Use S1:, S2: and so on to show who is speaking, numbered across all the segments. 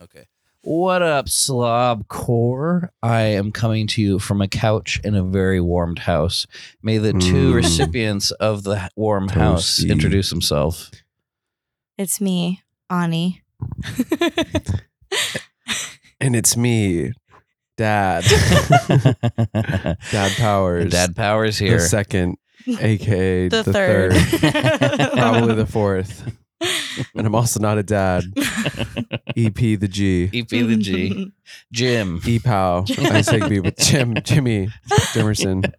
S1: okay.
S2: What up, slob core? I am coming to you from a couch in a very warmed house. May the two
S3: Mm.
S2: recipients of the warm house
S3: Toasty.
S2: introduce themselves.
S4: It's me, Ani.
S3: And it's me, Dad. Dad Powers.
S2: Dad Powers
S3: the
S2: here.
S3: second, aka the,
S4: the, third.
S3: probably the fourth. And I'm also not a dad. EP the G.
S2: EP E the G. Jim.
S3: E Pow. I say B with Jim, Jimmy, Jimerson.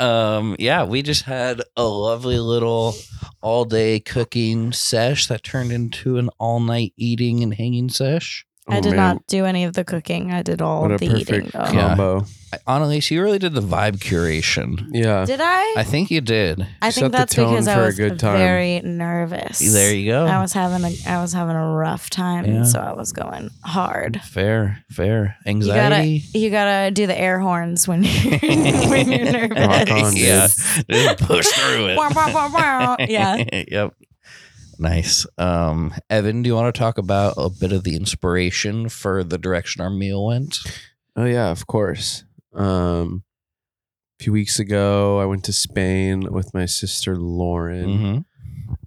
S2: Um, yeah, we just had a lovely little all day cooking sesh that turned into an all night eating and hanging sesh.
S4: I
S3: Oh,
S4: did
S3: man.
S4: not do any of the cooking. I did all
S3: What a
S4: of the eating.
S3: perfect
S4: Though.
S2: Yeah.
S3: combo.
S2: I, Annalise, you really did the vibe curation.
S3: Yeah.
S4: Did I?
S2: I think you did.
S4: I
S3: set
S4: think
S3: the
S4: that's
S3: tone
S4: because I
S3: for a
S4: was
S3: good time.
S4: very nervous.
S2: There you go.
S4: I was having a I was having a rough time,
S2: Yeah.
S4: so I was going hard.
S2: Fair, fair. Anxiety.
S4: You gotta do the air horns when you're, when you're nervous.
S3: Rock on, dude.
S2: Yeah. Just push through
S4: Wah, wah, wah, wah.
S2: it.
S4: Yeah.
S2: yep. Nice. Um, Evan, do you want to talk about a bit of the inspiration for the direction our meal went?
S3: Oh yeah, of course. Um, a few weeks ago, I went to Spain with my sister Lauren,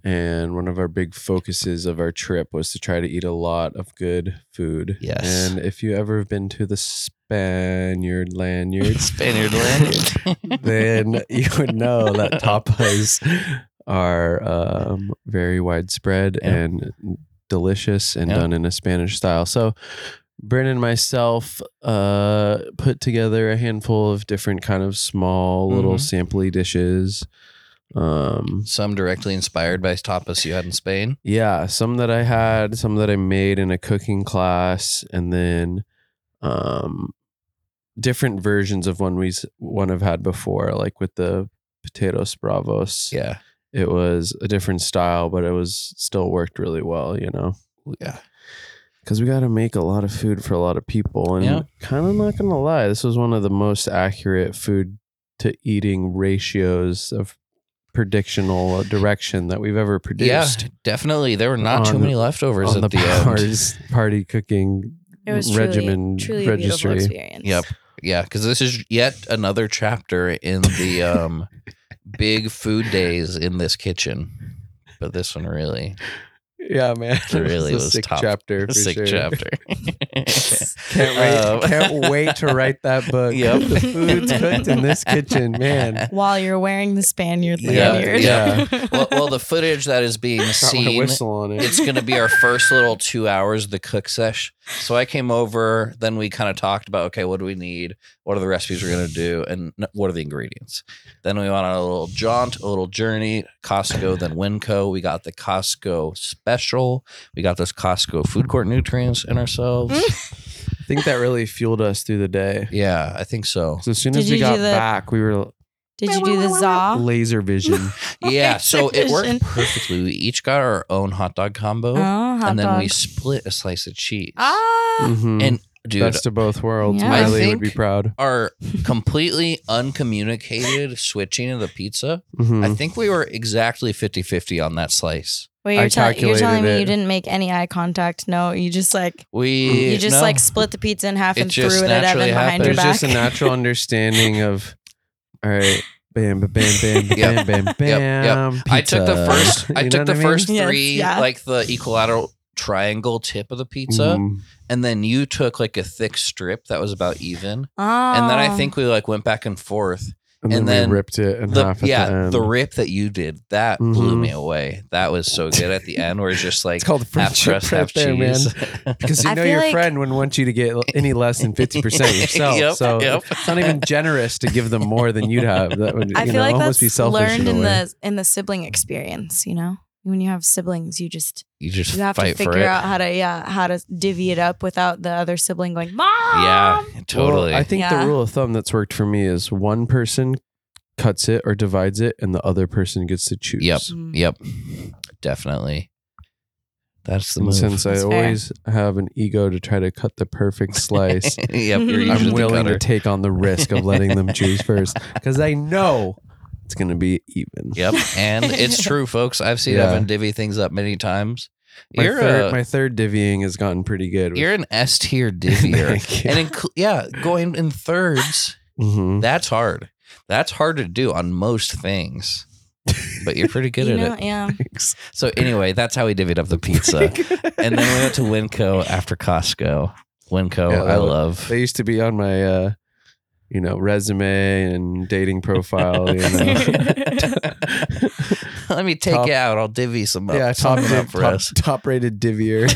S2: Mm-hmm.
S3: and one of our big focuses of our trip was to try to eat a lot of good food.
S2: Yes.
S3: and if you ever have been to the Spaniard lanyard,
S2: Spaniard land.
S3: then you would know that tapas are um, very widespread
S2: Yeah.
S3: and delicious and
S2: Yeah.
S3: done in a Spanish style. So, Brennan and myself uh, put together a handful of different kind of small little sampley dishes. Um,
S2: Some directly inspired by tapas you had in Spain.
S3: yeah, some that I had, some that I made in a cooking class, and then um different versions of one we s- one I've had before, like with the potatoes bravos.
S2: Yeah.
S3: It was a different style, but it was still worked really well, you know.
S2: Yeah.
S3: Because we got to make a lot of food for a lot of people, and
S2: Yeah.
S3: kind of not gonna lie, this was one of the most accurate food to eating ratios of predictional direction that we've ever produced
S2: Yeah, definitely. There were not too
S3: On-
S2: many leftovers
S3: on
S2: at the,
S3: the,
S2: end.
S3: powers party cooking
S4: It was truly,
S3: regimen
S4: truly a beautiful
S3: registry.
S4: experience.
S2: Yep. Yeah, because this is yet another chapter in the um, big food days in this kitchen. But this one really
S3: Yeah, man,
S2: It really
S3: It's a
S2: was
S3: sick
S2: top-
S3: chapter. For
S2: sick
S3: sure.
S2: chapter.
S3: Can't wait,
S2: Um,
S3: can't wait to write that book.
S2: Yep.
S3: the food's cooked in this kitchen, man.
S4: While you're wearing the Spaniard
S2: Yeah,
S4: lanyard.
S2: yeah. well, well, the footage that is being
S3: Got my
S2: seen
S3: whistle on it.
S2: it's going to be our first little two hours of the cook sesh. So I came over, then we kind of talked about okay, what do we need? What are the recipes we're going to do, and n- what are the ingredients? Then we went on a little jaunt, a little journey. Costco, then Winco. We got the Costco special. We got those Costco food court nutrients in ourselves.
S4: Mm.
S3: I think that really fueled us through the day.
S2: yeah, I think so.
S3: So as soon
S4: Did
S3: as we
S4: you do
S3: got
S4: the- Ah.
S3: back, we were
S4: Did you do the za?
S3: laser vision.
S2: Yeah, so it worked
S4: Exhibition.
S2: perfectly. We each got our own hot dog combo,
S4: Oh, hot
S2: and then
S4: dog.
S2: we Mm-hmm. split a slice of cheese.
S4: ah.
S3: Mhm.
S2: And dude,
S3: Best of both worlds.
S4: Yeah. I
S3: Miley would
S2: think-
S3: be proud.
S2: our completely uncommunicated switching of the pizza.
S3: Mhm.
S2: I think we were exactly 50-50 on that slice.
S4: Wait, you're,
S3: I
S4: tell- you're
S3: calculated
S4: telling me
S3: it.
S4: you didn't make any eye contact. No, you just like
S2: We
S4: you just
S2: no.
S4: like split the pizza in half
S2: It
S4: and threw
S2: just
S4: it at Evan
S2: naturally
S4: behind
S2: happened.
S4: your
S3: There's
S4: back.
S3: just a natural understanding of all right, bam, ba- bam, bam,
S2: Yep.
S3: bam, bam, bam,
S2: yep. I took the
S3: pizza.
S2: first I
S3: You know
S2: took
S3: what
S2: the
S3: mean?
S2: first
S4: Yes,
S2: three
S4: yeah.
S2: like the equilateral triangle tip of the pizza
S3: Mm.
S2: and then you took like a thick strip that was about even
S4: oh.
S2: and then I think we like went back and forth and
S3: and, then,
S2: then
S3: we ripped it in
S2: the
S3: half at
S2: yeah
S3: the
S2: the,
S3: end.
S2: rip that you did that blew
S3: Mhm.
S2: me away that was so good at the end where it's just like
S3: it's called
S2: half
S3: friendship
S2: crust
S3: right
S2: half
S3: there, man.
S2: cheese
S3: Because you
S4: I
S3: know
S4: feel
S3: your
S4: like-
S3: friend wouldn't want you to get any less than fifty percent yourself.
S2: Yep,
S3: so
S2: yep.
S3: it's not even generous to give them more than you'd have. That would
S4: I
S3: you
S4: feel
S3: know,
S4: like
S3: almost be
S4: that's
S3: selfish.
S4: learned
S3: in,
S4: in
S3: a way.
S4: the in the sibling experience. You know, when you have siblings, you just
S2: you just
S4: you have to
S2: fight for
S4: figure
S2: it
S4: out how to yeah how to divvy it up without the other sibling going mom.
S2: yeah totally
S3: Well, I think
S4: Yeah.
S3: the rule of thumb that's worked for me is one person cuts it or divides it, and the other person gets to choose.
S2: Yep.
S4: Mm.
S2: Yep. Definitely. That's the
S3: And
S2: move.
S3: since I
S4: That's fair.
S3: always have an ego to try to cut the perfect slice,
S2: yep. You're
S4: I'm
S2: usually
S3: I'm
S2: the
S3: willing
S2: cutter.
S3: to take on the risk of letting them choose first because I know it's going to be even.
S2: Yep. And it's true, folks. I've seen
S3: Yeah.
S2: Evan divvy things up many times.
S3: My,
S2: You're
S3: third,
S2: a-
S3: my third divvying has gotten pretty good. with-
S2: You're an S tier divvier.
S3: Thank you.
S2: and incl- yeah, going in thirds,
S3: Mhm.
S2: that's hard. That's hard to do on most things. But you're pretty good
S4: you
S2: at
S4: know,
S2: it.
S4: yeah.
S3: Thanks.
S2: So anyway, that's how we divvied up the pizza. and then we went to Winco after Costco. Winco,
S3: Yeah,
S2: I
S3: that was-
S2: love.
S3: They used to be on my, uh, you know, resume and dating profile. You know.
S2: Let me take
S3: Top-
S2: you out. I'll divvy some up.
S3: yeah, top,
S2: something up
S3: div-
S2: for
S3: top,
S2: us.
S3: top rated divvier.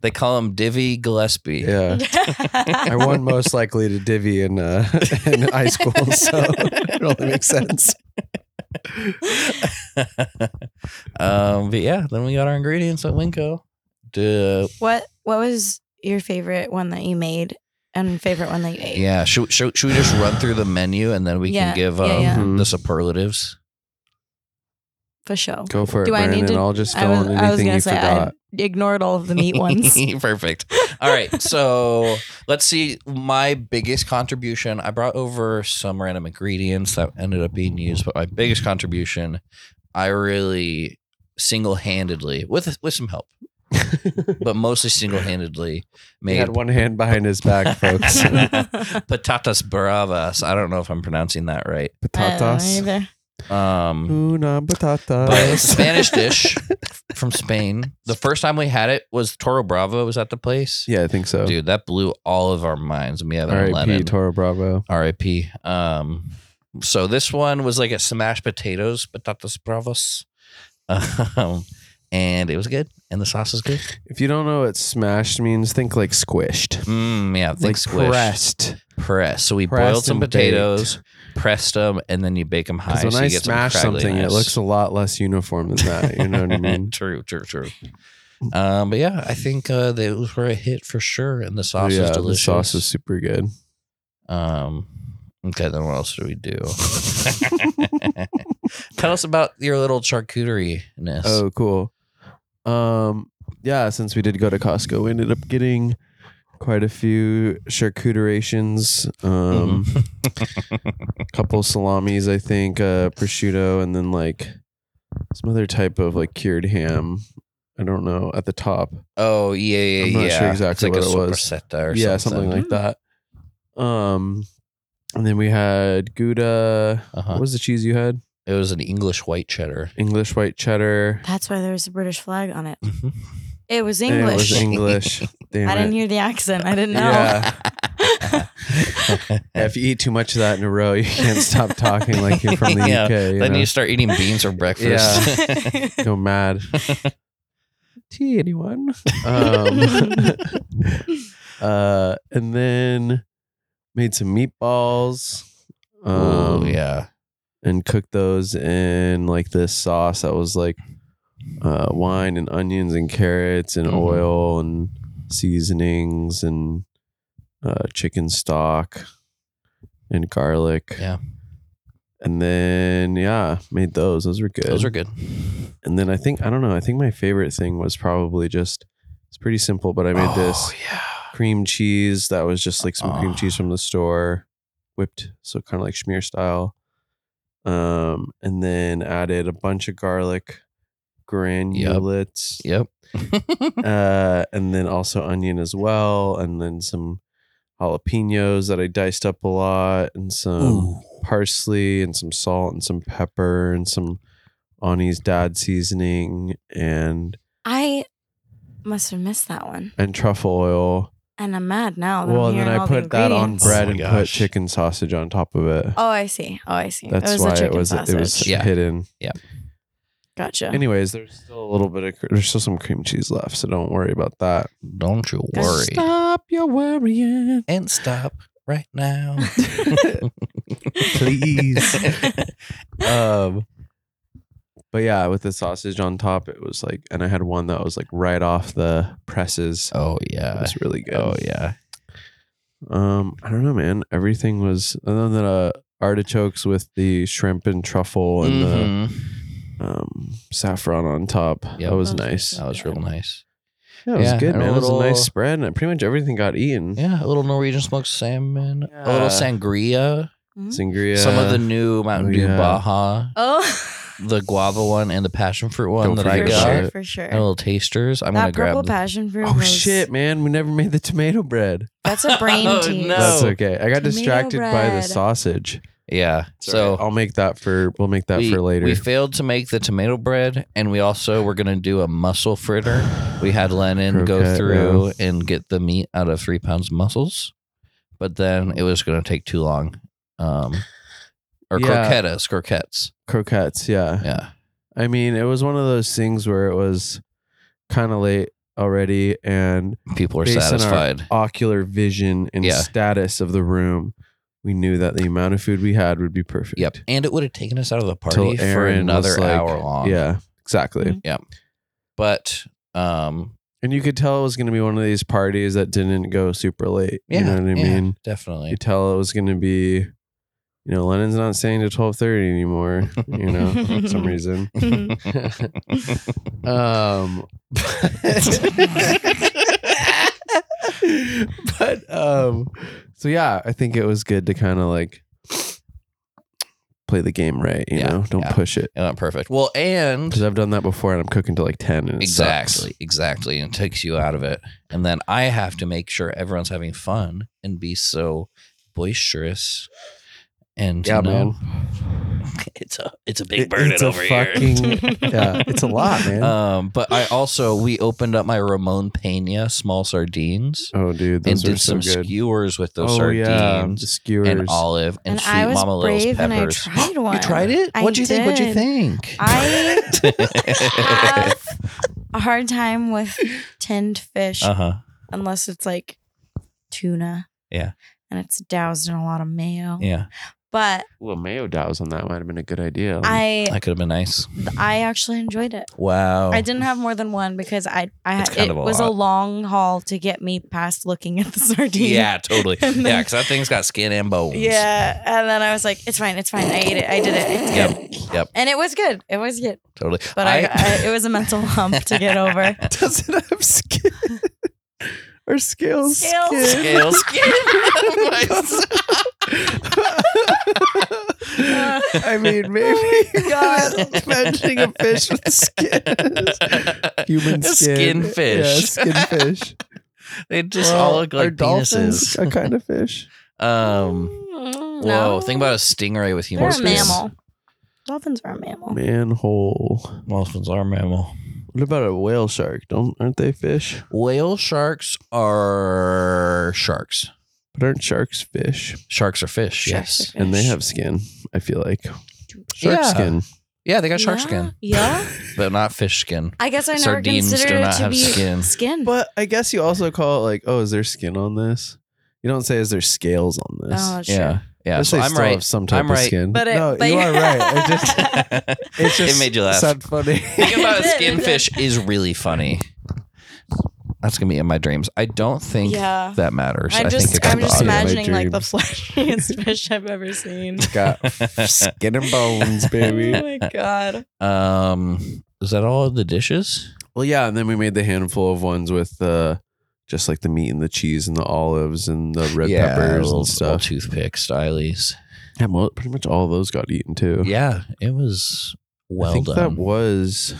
S2: they call him Divvy Gillespie.
S3: yeah. I won most likely to divvy in uh, in high school, so it only makes sense.
S2: um, but yeah, then we got our ingredients at Winco. Duh.
S4: What What was your favorite one that you made and favorite one that you ate?
S2: Yeah, should, should, should we just run through the menu and then we
S4: Yeah,
S2: can give
S4: yeah,
S2: um,
S4: yeah.
S3: Mhm.
S2: the superlatives?
S4: For sure.
S3: Go for it,
S4: Do I need
S3: Brandon.
S4: to-
S3: I'll just
S4: I
S3: fill in
S4: was, I was
S3: anything
S4: gonna
S3: you
S4: say
S3: forgot.
S4: I ignored all of the meat ones.
S2: Perfect. All right, so let's see. My biggest contribution, I brought over some random ingredients that ended up being used, but my biggest contribution, I really single handedly, with with some help, but mostly single handedly,
S3: he
S2: made
S3: had one hand behind his back, folks.
S2: patatas bravas. I don't know if I'm pronouncing that right.
S4: I don't know
S3: patatas.
S4: either.
S2: Um,
S3: Una patata.
S2: but it's a Spanish dish from Spain. The first time we had it was Toro Bravo was at the place.
S3: Yeah, I think so.
S2: Dude, that blew all of our minds. And we had our
S3: R.I.P.
S2: lemon.
S3: Toro Bravo.
S2: R.I.P. Um, so this one was like a smashed potatoes, patatas bravas. Um, and it was good. And the sauce was good.
S3: If you don't know what smashed means, think like squished.
S2: Mm, yeah, think
S3: like
S2: squish. Press.
S3: pressed.
S2: So we
S3: Pressed
S2: boiled some
S3: and
S2: potatoes, pressed them, and then you bake them high.
S3: Because when
S2: so
S3: I
S2: you get
S3: smash
S2: some craggliness.
S3: something, it looks a lot less uniform than that. You know what I mean?
S2: true, true, true. Um, but yeah, I think uh, those were a hit for sure, and the sauce
S3: yeah,
S2: is delicious.
S3: The sauce is super good.
S2: Um, okay, then what else do we do? Tell us about your little charcuterie ness.
S3: Oh, cool. Um, yeah, since we did go to Costco, we ended up getting quite a few charcuterations.
S2: Mm-hmm.
S3: Um, a couple salamis, I think, uh, prosciutto, and then like some other type of like cured ham. I don't know at the top.
S2: oh yeah, yeah,
S3: I'm not sure
S2: yeah.
S3: exactly
S2: it's like
S3: what it
S2: a
S3: was.
S2: sopressata or
S3: yeah,
S2: something. Hmm.
S3: something, like that. Um, and then we had Gouda. What
S2: uh-huh.
S3: was the cheese you had?
S2: It was an English white cheddar.
S3: English white cheddar.
S4: That's why there was a British flag on it.
S2: Mm-hmm.
S4: It was
S3: And
S4: English.
S3: It was English. Damn
S4: I
S3: it.
S4: didn't hear the accent. I didn't know.
S2: Yeah.
S3: Yeah, if you eat too much of that in a row, you can't stop talking like you're from the
S2: Yeah,
S3: UK. You
S2: then
S3: know?
S2: you start eating beans for breakfast.
S3: go mad. Tea, anyone? Um, uh, and then made some meatballs.
S2: Oh
S3: Um,
S2: yeah.
S3: And cooked those in like this sauce that was like uh, wine and onions and carrots and
S2: Mhm.
S3: oil and seasonings and uh, chicken stock and garlic.
S2: Yeah.
S3: And then yeah, made those. Those were good.
S2: Those are good.
S3: And then I think I don't know. I think my favorite thing was probably just it's pretty simple, but I made this
S2: Oh, yeah.
S3: cream cheese that was just like some cream
S2: Oh.
S3: cheese from the store, whipped, so kind of like schmear style. Um, and then added a bunch of garlic granulates,
S2: Yep.
S3: uh, and then also onion as well, and then some jalapenos that I diced up a lot, and some parsley and some salt and some pepper and some Ani's dad seasoning and
S4: I must have missed that one.
S3: and truffle oil.
S4: And I'm mad now. That
S3: well,
S4: I'm
S3: and then
S4: hearing
S3: I
S4: all the
S3: put that on
S4: ingredients.
S3: bread
S2: Oh my
S3: and put
S2: gosh.
S3: chicken sausage on top of it.
S4: Oh, I see. Oh, I see.
S3: That's
S4: it was
S3: why
S4: a
S3: it
S4: chicken
S3: was
S4: sausage.
S3: it was
S2: Yeah.
S3: hidden.
S4: Gotcha.
S3: Anyways, there's still a little bit of cr- there's still some cream cheese left, so don't worry about that.
S2: Don't you worry.
S3: Stop your worrying.
S2: And stop right now.
S3: Please. um but yeah, with the sausage on top, it was like and I had one that was like right off the presses.
S2: oh
S3: It
S2: yeah.
S3: was really good.
S2: Oh yeah.
S3: Um, I don't know, man. Everything was other than uh, artichokes with the shrimp and truffle and
S2: Mhm.
S3: the um, saffron on top.
S2: Yep.
S3: That was
S4: Those are
S3: nice.
S2: That was real nice.
S3: Yeah, it was
S2: Yeah,
S3: good,
S2: and a
S3: man. It was a
S2: little-
S3: nice spread, and pretty much everything got eaten.
S2: Yeah, a little Norwegian smoked salmon, a little
S3: Yeah.
S2: sangria,
S4: Mhm.
S3: Sangria.
S2: some of the new Mountain
S3: Oh,
S2: Dew
S3: yeah.
S2: Baja.
S4: Oh.
S2: the guava one and the passion fruit one
S3: Don't
S2: that I
S3: forget
S4: for
S2: got.
S4: sure,
S3: it.
S4: for sure.
S2: And little tasters. I'm
S4: that
S2: gonna
S4: purple
S2: grab.
S4: passion fruit.
S3: Oh
S4: was-
S3: shit, man! We never made the tomato bread.
S4: That's a brain
S2: Oh,
S4: tease.
S2: no.
S3: That's okay. I got
S4: Tomato
S3: distracted by the
S4: bread.
S3: sausage.
S2: The, yeah.
S3: It's all
S2: so
S3: right. I'll make that for. We'll make that
S2: we,
S3: for later.
S2: we failed to make the tomato bread, and we also were gonna do a muscle fritter. We had Lennon go
S3: Croquette,
S2: through and get the meat out of three pounds of mussels, but then it was gonna take too long. Um, or
S3: Yeah.
S2: croquettes, croquettes.
S3: croquettes. Yeah.
S2: Yeah.
S3: I mean, it was one of those things where it was kind of late already, and
S2: People are
S3: Based on our-
S2: satisfied.
S3: ocular vision and
S2: Yeah.
S3: status of the room, we knew that the amount of food we had would be perfect.
S2: Yep. And it would have taken us out of the party
S3: Till
S2: for
S3: Aaron
S2: another
S3: was like-
S2: hour long.
S3: Yeah. Exactly.
S4: Mhm.
S2: But um
S3: And you could tell it was going to be one of these parties that didn't go super late.
S2: yeah,
S3: you know what I
S2: yeah,
S3: mean? You
S2: Definitely.
S3: tell it was going to be, you know, Lennon's not staying to twelve thirty anymore. You know, for some reason. Um, but um, so yeah, I think it was good to kind of like play the game right. You
S2: Yeah,
S3: know, don't
S2: yeah.
S3: push it
S2: It went perfect. Well, and
S3: because I've done that before, and I'm cooking till like ten, and it sucks.
S2: exactly, exactly, and it takes you out of it. And then I have to make sure everyone's having fun and be so boisterous. And
S3: Yeah,
S2: you know,
S3: man.
S2: it's a it's a
S3: It- it's a fucking- yeah, it's a lot, man.
S2: Um, but I also we opened up my Ramon Pena small sardines
S3: oh, dude,
S2: and
S3: those are
S2: did
S3: so
S2: some
S3: good.
S2: skewers with those
S3: oh yeah, the
S2: sardines
S3: skewers.
S2: and olive and,
S4: And
S2: sweet
S4: I was
S2: Mama Little's
S4: brave and I
S2: peppers.
S4: tried one.
S2: you tried it?
S4: I
S2: What'd you think? What'd you
S4: did.
S2: think?
S4: I a hard time with tinned fish
S2: uh huh.
S4: unless it's like tuna.
S2: Yeah.
S4: And it's doused in a lot of mayo.
S2: Yeah,
S4: But
S3: well, mayo douse on that might have been a good idea.
S2: Oh,
S4: I
S2: that could have been nice.
S4: I actually enjoyed it.
S2: Wow.
S4: I didn't have more than one because I I
S2: Oh, It's
S4: had
S2: kind
S4: it
S2: of a
S4: was a
S2: lot.
S4: long haul to get me past looking at the sardine.
S2: Yeah, totally.
S4: And then-
S2: yeah, because that thing's got skin and bones.
S4: Yeah. And then I was like, it's fine, it's fine. I ate it. I did it. It's good.
S2: Yep. Yep.
S4: And it was good. It was good.
S2: Totally.
S4: But I, I, it was a mental hump to get over.
S3: doesn't have skin. Or scales.
S4: Scales.
S2: Scale skin.
S3: I mean, maybe
S4: God.
S3: mentioning a fish with skin, is human
S2: A skin
S3: skin,
S2: fish.
S3: yeah, skin fish.
S2: They just
S3: Well,
S2: all look
S3: are
S2: like
S3: dolphins
S2: penises.
S3: a kind of fish?
S2: Um.
S4: Mm,
S2: Whoa!
S4: no.
S2: Think about a stingray with human
S4: They're a
S2: skin.
S4: mammal. Dolphins are a mammal.
S3: Manhole.
S2: Dolphins are mammal.
S3: What about a whale shark? Don't aren't they fish?
S2: Whale sharks are sharks.
S3: But aren't sharks fish?
S2: Sharks are fish.
S4: Sharks
S2: yes.
S4: are
S3: And they
S4: fish.
S3: have skin. I feel like shark
S2: Yeah.
S3: skin.
S2: Yeah, they got shark
S4: Yeah,
S2: skin,
S4: Yeah.
S2: but not fish skin.
S4: I guess I never
S2: Sardines do
S4: considered it
S2: not
S4: to
S2: have
S4: be
S2: skin.
S4: skin.
S3: But I guess you also call it like, oh, is there skin on this? You don't say, is there scales on this?
S4: oh, sure.
S2: Yeah. Yeah.
S3: Unless
S2: So
S3: they
S2: I'm
S3: still
S2: right.
S3: have some type
S2: I'm
S3: of
S2: right.
S3: skin.
S4: But it-
S3: no,
S4: but
S3: you
S4: you-
S3: are right. It just, it just
S2: It made you laugh.
S3: Sound funny.
S2: Think about
S4: It did,
S2: skin
S4: it did.
S2: fish is really funny. That's gonna be in my dreams. I don't think
S4: Yeah.
S2: that matters.
S4: I just,
S2: think it's
S4: I'm just
S2: in the audio.
S4: imagining like the
S3: dreams.
S4: fleshiest fish I've ever seen.
S3: Got skin and bones,
S4: Oh
S3: baby.
S4: my god!
S2: Um, is that all of the dishes?
S3: Well, yeah, and then we made the handful of ones with uh, just like the meat and the cheese and the olives and the red peppers
S2: little,
S3: and
S2: little
S3: stuff.
S2: toothpick stylies.
S3: Yeah, well, pretty much all those got eaten too.
S2: Yeah, it was well
S3: I think
S2: done.
S3: that was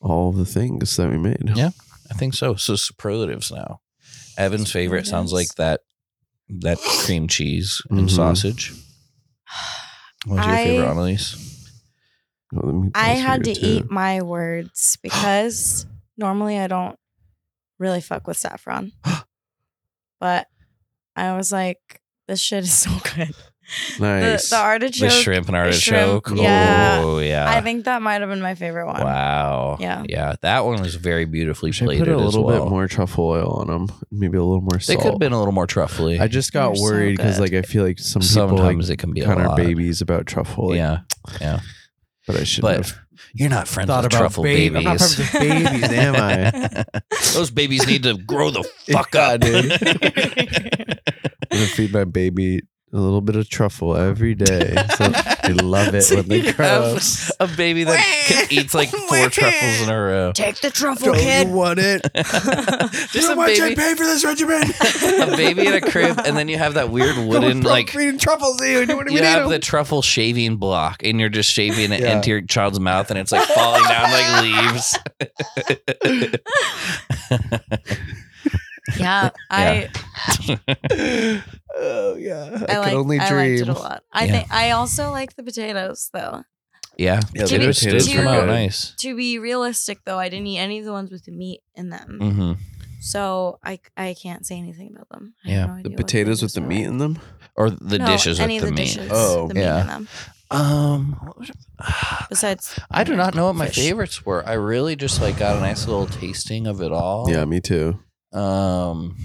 S3: all the things that we made.
S2: Yeah. I think so. So superlatives now. Evan's favorite sounds like
S4: Superlatives.
S2: that that cream cheese and
S3: Mhm.
S2: sausage. What's your
S4: I-
S2: favorite, Annalise?
S3: Well, the
S4: I
S3: meatballs
S4: had to
S3: were good, too.
S4: eat my words because normally I don't really fuck with saffron, but I was like, this shit is so good.
S3: Nice.
S4: The, the
S2: The
S4: artichoke.
S2: shrimp and
S4: shrimp,
S2: artichoke.
S4: yeah.
S2: Oh yeah.
S4: I think that might have been my favorite one.
S2: Wow.
S4: Yeah.
S2: Yeah. That one was very beautifully
S3: Should I
S2: plated
S3: put a little
S2: as well.
S3: bit more truffle oil on them, maybe a little more
S2: They
S3: salt.
S2: could have been a little more truffly.
S3: I just got
S4: They're so
S3: worried because,
S4: good.
S3: like, I feel like some people
S2: Sometimes
S3: like,
S2: it can be a
S3: kind of
S2: lot.
S3: babies about truffle. Like,
S2: yeah.
S3: but I should.
S2: But
S3: have.
S2: you're not friends
S3: Thought
S2: with
S3: about
S2: truffle
S3: baby- I'm not
S2: babies.
S3: friends with babies, am
S2: I? Those babies need to grow the fuck
S3: Yeah,
S2: up,
S3: dude. I'm gonna feed my baby a little bit of truffle every day. So I love it
S2: So
S3: when they
S2: you
S3: grow. up.
S2: have a baby that can- eats like four truffles in a row.
S4: Take the truffle, kid.
S3: want it?
S2: Just a baby,
S3: paid for this regimen?
S2: a baby in a crib, and then you have that weird wooden like
S3: feeding truffles to you. What do
S2: you have the truffle shaving block, and you're just shaving it
S3: Yeah.
S2: into your child's mouth, and it's like falling down like leaves.
S4: Yeah, I
S3: oh yeah.
S4: I, like,
S3: only
S4: I liked
S3: dream.
S4: it a lot. I
S2: Yeah.
S4: think I also like the potatoes though.
S2: yeah,
S3: Yeah,
S4: To be-
S2: potatoes did
S4: to-
S2: come out nice.
S4: To be realistic though, I didn't eat any of the ones with the meat in them,
S2: hmm
S4: so I I can't say anything about them. I have
S2: Yeah.
S4: no idea
S3: The
S4: what
S3: potatoes with the
S4: are.
S3: meat in them.
S2: Or the
S4: No,
S2: dishes with
S4: any
S2: the,
S4: of the
S2: meat.
S4: dishes.
S3: Oh,
S4: the meat
S2: yeah.
S4: in them.
S2: Um, what was it?
S4: Besides,
S2: I do not know what my
S4: Fish.
S2: favorites were. I really just like got a nice little tasting of it all.
S3: Yeah, me too.
S2: Um,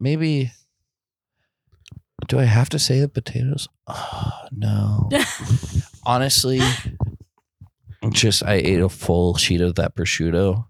S2: maybe. Do I have to say the potatoes? Oh, no. Honestly, just I ate a full sheet of that prosciutto.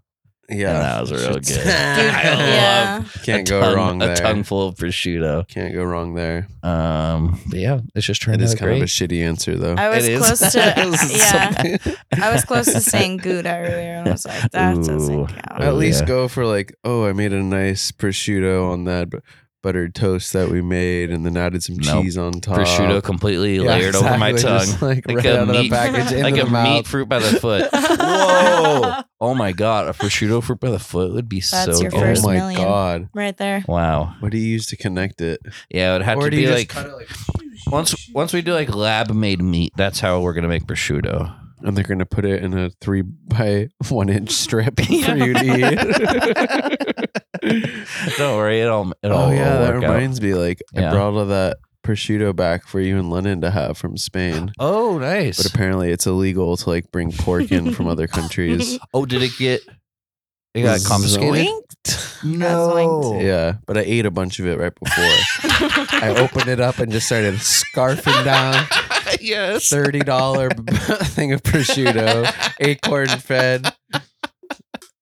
S3: Yeah,
S2: that was real
S3: Shit's-
S2: good.
S4: Dude,
S2: I love
S4: yeah,
S2: a
S3: Can't go
S2: tongue-
S3: wrong there.
S2: A tongue full of prosciutto.
S3: Can't go wrong there.
S2: Um, but yeah, it's just turned
S3: It is
S2: out
S3: kind
S2: great.
S3: of a shitty answer though.
S4: I was
S2: It is.
S4: close to
S2: It was
S4: yeah.
S2: something.
S4: I was close to saying good earlier, and I was like, that
S2: Ooh.
S4: doesn't
S3: At
S2: Oh,
S4: count.
S3: least
S2: yeah.
S3: go for like, oh, I made a nice prosciutto on that bu- buttered toast that we made, and then added some
S2: Nope.
S3: cheese on top.
S2: prosciutto completely
S3: Uh, Yeah,
S2: layered over my
S3: exactly.
S2: tongue.
S3: Just, like,
S2: Like
S3: right
S2: a
S3: out of the
S2: meat-
S3: package, into
S2: like
S3: the
S2: a meat
S3: mouth.
S2: fruit by the foot. Whoa! Oh my god, a prosciutto fruit by the foot would be
S4: That's
S2: so
S4: your
S2: good.
S4: first
S3: oh my
S4: million.
S3: god!
S4: Right there.
S2: Wow.
S3: What do you use to connect it?
S2: Yeah, it would have
S3: Or
S2: to
S3: do you
S2: be
S3: just
S2: like
S3: cut it, like,
S2: once once we do like lab made meat, that's how we're gonna make prosciutto.
S3: and they're gonna put it in a three by one inch strip for you to eat.
S2: Don't worry, it'll it'll
S3: oh yeah,
S2: it'll
S3: that
S2: work out.
S3: reminds me. Like
S2: Yeah.
S3: I brought all of that prosciutto back for you and Lennon to have from Spain.
S2: Oh nice.
S3: But apparently, it's illegal to like bring pork in from other countries.
S2: oh, did it get it got confiscated?
S4: No.
S3: Yeah, but I ate a bunch of it right before. I opened it up and just started scarfing down
S2: yes.
S3: thirty dollar thing of prosciutto, acorn fed.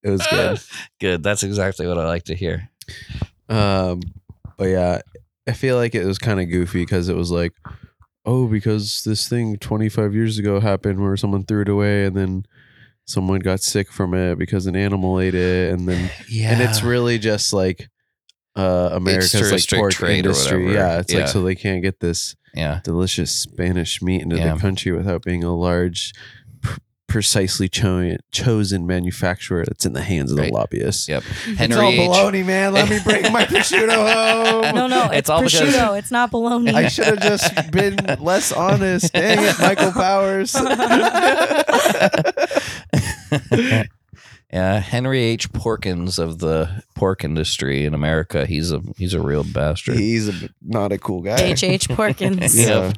S3: It was good.
S2: Good. That's exactly what I like to hear.
S3: Um, but yeah, I feel like it was kind of goofy because it was like, oh, because this thing 25 years ago happened where someone threw it away and then someone got sick from it because an animal ate it, and then
S2: Yeah.
S3: and it's really just like uh
S2: to
S3: America's like
S2: restrict
S3: pork
S2: trade or
S3: industry.
S2: whatever.
S3: Yeah, it's
S2: Yeah.
S3: like so they can't get this
S2: yeah.
S3: delicious Spanish meat into
S2: Yeah.
S3: the country without being a large. pr- Precisely cho- chosen manufacturer that's in the hands of the
S2: Right.
S3: lobbyists.
S2: Yep. Henry H.
S3: man.
S4: No, no, it's,
S2: It's all because-
S4: prosciutto. it's not bologna.
S3: I should have just been less honest. Dang it, Michael Powers.
S2: yeah, Henry H. Porkins of the pork industry in America. He's a he's a real bastard.
S3: He's a, not a cool guy.
S4: H.H. Porkins.
S2: Yeah.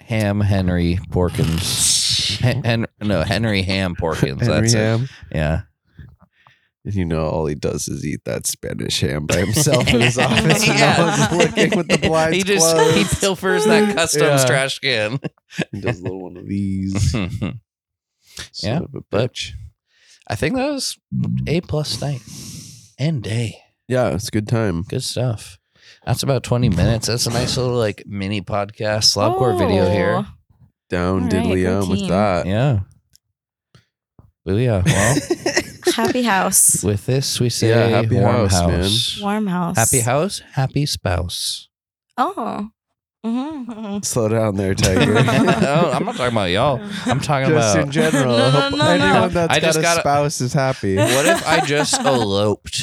S2: Ham Henry Porkins. Hen- Hen- no, Henry Ham Porkins.
S3: Henry
S2: that's
S3: Ham.
S2: it. Yeah.
S3: And you know, all he does is eat that Spanish ham by himself in his office. And yeah. no one's looking with the blinds
S2: he just
S3: closed.
S2: he pilfers that customs
S3: Yeah.
S2: trash can.
S3: He does a little one of these. Son
S2: Yeah,
S3: of a
S2: but-
S3: bitch.
S2: I think that was a plus night and day.
S3: Yeah, it's a good time.
S2: Good stuff. That's about 20 minutes. That's a nice little like mini podcast slopcore video
S4: Oh,
S2: here. Uh,
S3: Down
S4: All right,
S3: diddly
S4: good
S3: um with
S4: team.
S3: that.
S2: Yeah. Well, yeah. Well,
S4: Happy house.
S2: with this, we say
S3: Yeah, happy
S2: warm
S3: house, man.
S2: house.
S4: Warm house.
S2: Happy house, happy spouse.
S4: Oh. Mm-hmm.
S3: Slow down there,
S2: No,
S3: Tiger.
S2: Oh, I'm not talking about y'all. Oh, I'm talking
S3: just
S2: about
S3: in general.
S4: No, no, no, no.
S3: Anyone that's
S2: I
S3: got
S2: just
S3: a
S2: gotta-
S3: spouse is happy.
S2: what if I just eloped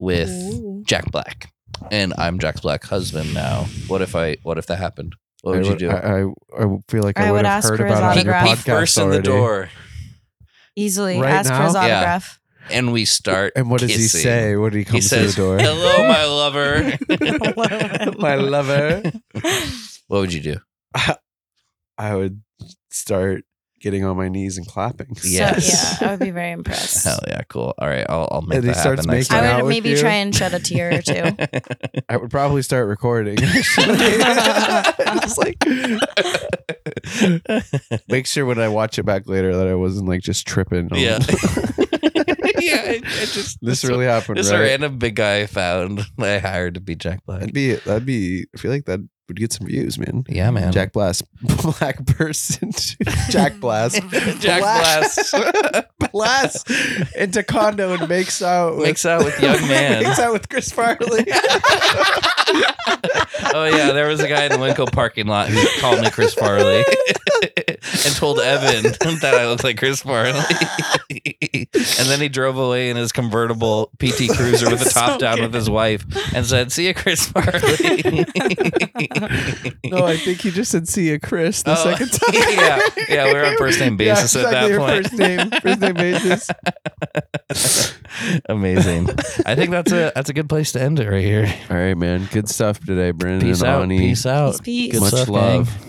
S2: with
S4: Ooh.
S2: Jack Black and I'm Jack Black husband now. What if I what if that happened? What would
S3: I
S2: you do?
S3: I, I, I feel like
S4: I
S3: I,
S4: would
S3: would have
S4: ask
S3: heard
S4: for his
S3: about it on your
S4: autograph.
S2: Be
S3: podcast
S2: first in the
S3: already.
S2: door
S4: Easily
S3: Right
S4: ask for
S3: now?
S4: his
S2: Yeah.
S4: autograph.
S2: and we start.
S3: And what does
S2: kissing.
S3: he say? What do he come
S2: He
S3: to
S2: says,
S3: the door?
S2: "Hello, my lover."
S3: My lover.
S2: What would you do?
S3: I would start getting on my knees and clapping.
S2: Yes.
S4: So, yeah, I would be very impressed.
S2: Hell yeah, cool. All right, I'll, I'll make
S3: And he
S2: that
S3: starts
S2: happen next
S3: making
S2: time.
S3: out
S4: I would
S3: with
S4: maybe
S3: you?
S4: try and shed a tear or two.
S3: I would probably start recording. actually. Just like make sure when I watch it back later that I wasn't like just tripping. on-
S2: yeah, yeah. I, I just
S3: this really happened.
S2: This
S3: right?
S2: random big guy I found I hired to be Jack Black.
S3: That'd be that'd be. I feel like that would get some views, man.
S2: Yeah, man.
S3: Jack Blast, black person, Jack Blast,
S2: Jack Blast
S3: Blast into condo and makes out with,
S2: makes out with young man.
S3: makes out with Chris Farley.
S2: oh yeah, there was a guy in the Winco parking lot who called me Chris Farley and told Evan that I looked like Chris Farley. and then he drove away in his convertible PT Cruiser with the top
S4: So
S2: down
S4: good.
S2: with his wife and said, "See you, Chris Farley."
S3: no, I think he just said see you, Chris the
S2: Oh,
S3: second time.
S2: yeah. Yeah, we were on first name
S3: Yeah,
S2: basis at
S3: exactly,
S2: that
S3: your
S2: point.
S3: First name, first name basis.
S2: Amazing. I think that's a that's a good place to end it right here.
S3: All right, man. Good stuff today, Brendan
S2: Peace
S3: and
S2: out.
S3: Ani.
S2: Peace out.
S3: Oh,
S4: Peace, peace.
S2: Good
S3: Much
S2: stuff, gang.
S3: love.